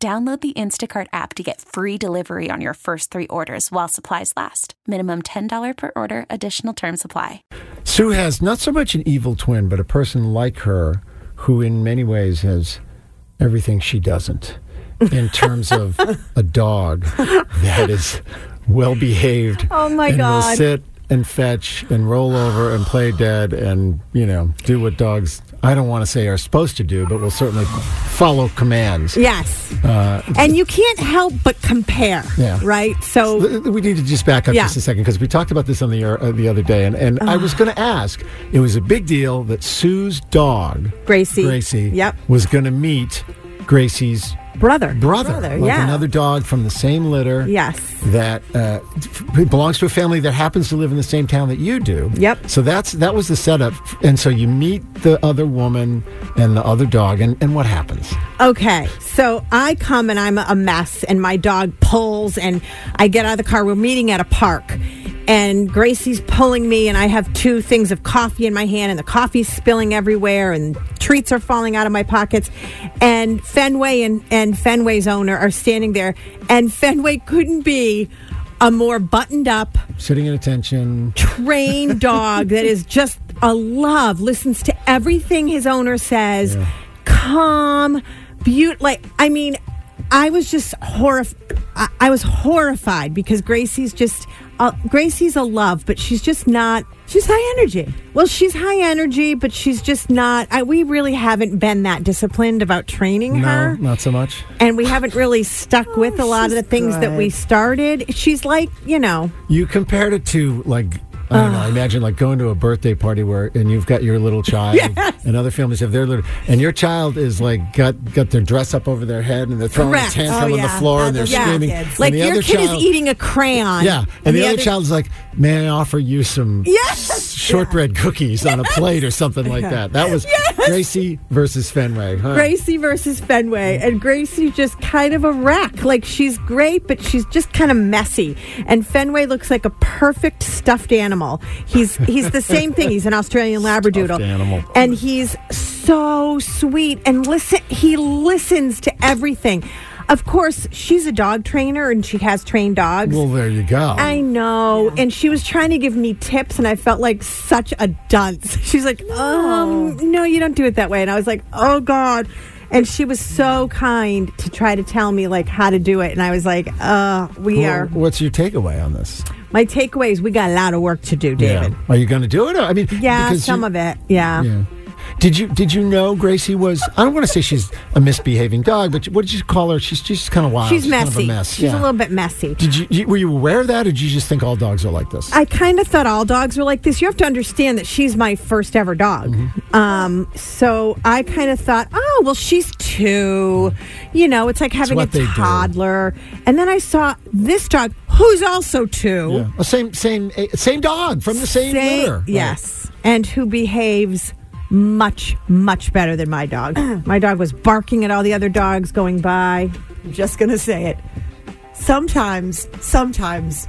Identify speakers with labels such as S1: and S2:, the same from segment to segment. S1: Download the Instacart app to get free delivery on your first three orders while supplies last. Minimum $10 per order, additional term supply.
S2: Sue has not so much an evil twin, but a person like her who, in many ways, has everything she doesn't in terms of a dog that is well behaved.
S3: Oh, my
S2: and Will
S3: God.
S2: sit and fetch and roll over and play dead and, you know, do what dogs, I don't want to say are supposed to do, but will certainly follow commands.
S3: Yes. and you can't help but compare,
S2: Uh, Yeah.
S3: right? So,
S2: L- We need to just back up
S3: Yeah.
S2: just a second because we talked about this on the air, uh, the other day, and, and I was going to ask. It was a big deal that Sue's dog
S3: Gracie.
S2: Gracie,
S3: Yep.
S2: was going to meet Gracie's
S3: brother.
S2: brother, like
S3: yeah.
S2: another dog from the same litter.
S3: Yes.
S2: that uh, f- belongs to a family that happens to live in the same town that you do.
S3: Yep.
S2: So that's that was the setup, and so you meet the other woman and the other dog, and, and what happens?
S3: Okay, so I come and I'm a mess, and my dog pulls, and I get out of the car. We're meeting at a park, and Gracie's pulling me, and I have two things of coffee in my hand, and the coffee's spilling everywhere, and treats are falling out of my pockets. And Fenway and, and Fenway's owner are standing there, and Fenway couldn't be a more buttoned up,
S2: Sitting in attention.
S3: trained dog that is just a love, listens to everything his owner says, calm, beautiful. Like, I mean, I was just horrified. I-, I was horrified because Gracie's just, uh, Gracie's a love, but she's just not, she's high energy. Well, she's high energy, but she's just not, I, we really haven't been that disciplined about training
S2: No, Oh,
S3: her
S2: not so much.
S3: and we haven't really stuck with a lot of the things that we started. She's like, you know,
S2: You compared it to like I don't know. I imagine like going to a birthday party where and you've got your little child, and other families have their little, and your child is like got got their dress up over their head and they're throwing
S3: Correct.
S2: a tantrum
S4: Oh,
S2: on the
S4: yeah.
S2: floor and they're
S4: Other
S2: screaming.
S4: kids.
S2: And
S3: Like
S2: the
S3: your
S2: other
S3: kid
S2: child-
S3: is eating a crayon.
S2: Yeah, and, the, other, child's like, "May I offer you some
S3: Yes!
S2: shortbread cookies on a plate or something like that?" That was Gracie versus Fenway. Huh?
S3: Gracie versus Fenway, and Gracie's just kind of a wreck. Like she's great, but she's just kind of messy. And Fenway looks like a perfect stuffed animal. He's he's the same thing. He's an Australian Labradoodle,
S2: animal.
S3: and he's so sweet. And listen, he listens to everything. Of course, she's a dog trainer, and she has trained dogs.
S2: Well, there you go.
S3: I know. And she was trying to give me tips, and I felt like such a dunce. She's like, um, no, you don't do it that way. And I was like, oh, God. And she was so kind to try to tell me like how to do it, and I was like, "Uh, we
S2: Well,
S3: are."
S2: What's your takeaway on this?
S3: My takeaways: we got a lot of work to do, David.
S2: Are you going to do it? Or, I mean,
S3: Yeah,
S2: because
S3: some
S2: you-
S3: of it. Yeah.
S2: Yeah. Did you did you know Gracie was? I don't want to say she's a misbehaving dog, but what did you call her? She's she's kind of wild.
S3: she's
S2: kind of
S3: messy.
S2: a mess.
S3: She's
S2: yeah.
S3: a little bit messy.
S2: Did you, you were you aware of that, or did you just think all dogs are like this?
S3: I kind of thought all dogs were like this. You have to understand that she's my first ever dog.
S2: Mm-hmm.
S3: Um, so I kind of thought, oh, well, she's two. You know, it's like having
S2: what they
S3: a
S2: do.
S3: toddler. And then I saw this dog, who's also two.
S2: yeah. Oh, same same eh, same dog from the same,
S3: Say-
S2: litter. Right.
S3: Yes. And who behaves much, much better than my dog. my dog was barking at all the other dogs going by.
S4: I'm just going to say it. Sometimes, sometimes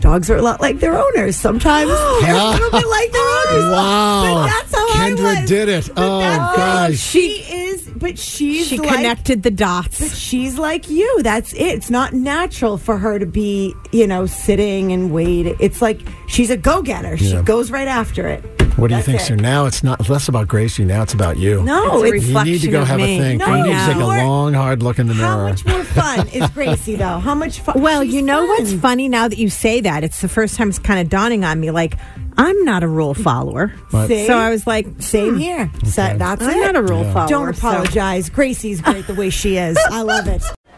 S4: dogs are a lot like their owners. Sometimes they're a little bit like their owners.
S2: Wow.
S4: But that's how
S2: Kendra
S4: I was.
S2: did it.
S4: But
S2: Oh,
S4: that's-
S2: gosh.
S4: She is, but she's
S3: She
S4: like,
S3: connected the dots.
S4: But she's like you. That's it. It's not natural for her to be, you know, sitting and wait. It's like she's a go getter.
S2: Yeah.
S4: She goes right after it.
S2: What do you
S4: That's
S2: think,
S4: it.
S2: Sue? Now it's not less about Gracie. Now it's about you.
S4: No,
S3: It's a
S4: it's,
S2: you need to
S3: reflection
S2: go
S3: of
S2: have
S3: me.
S2: a think.
S4: No,
S2: you need to take a
S4: you're-
S2: long, hard look in the
S4: how
S2: mirror.
S4: much more fun is Gracie though? How much fun?
S3: Well,
S4: She's
S3: you know what's
S4: fun.
S3: funny now that you say that? It's the first time it's kind of dawning on me. Like, I'm not a rule follower.
S2: Right.
S4: See? Hmm.
S3: So I was like,
S4: Same here. So that's
S3: I'm
S4: it.
S3: not a rule follower.
S4: Don't
S3: so-
S4: apologize. Gracie's great the way she is. I love it.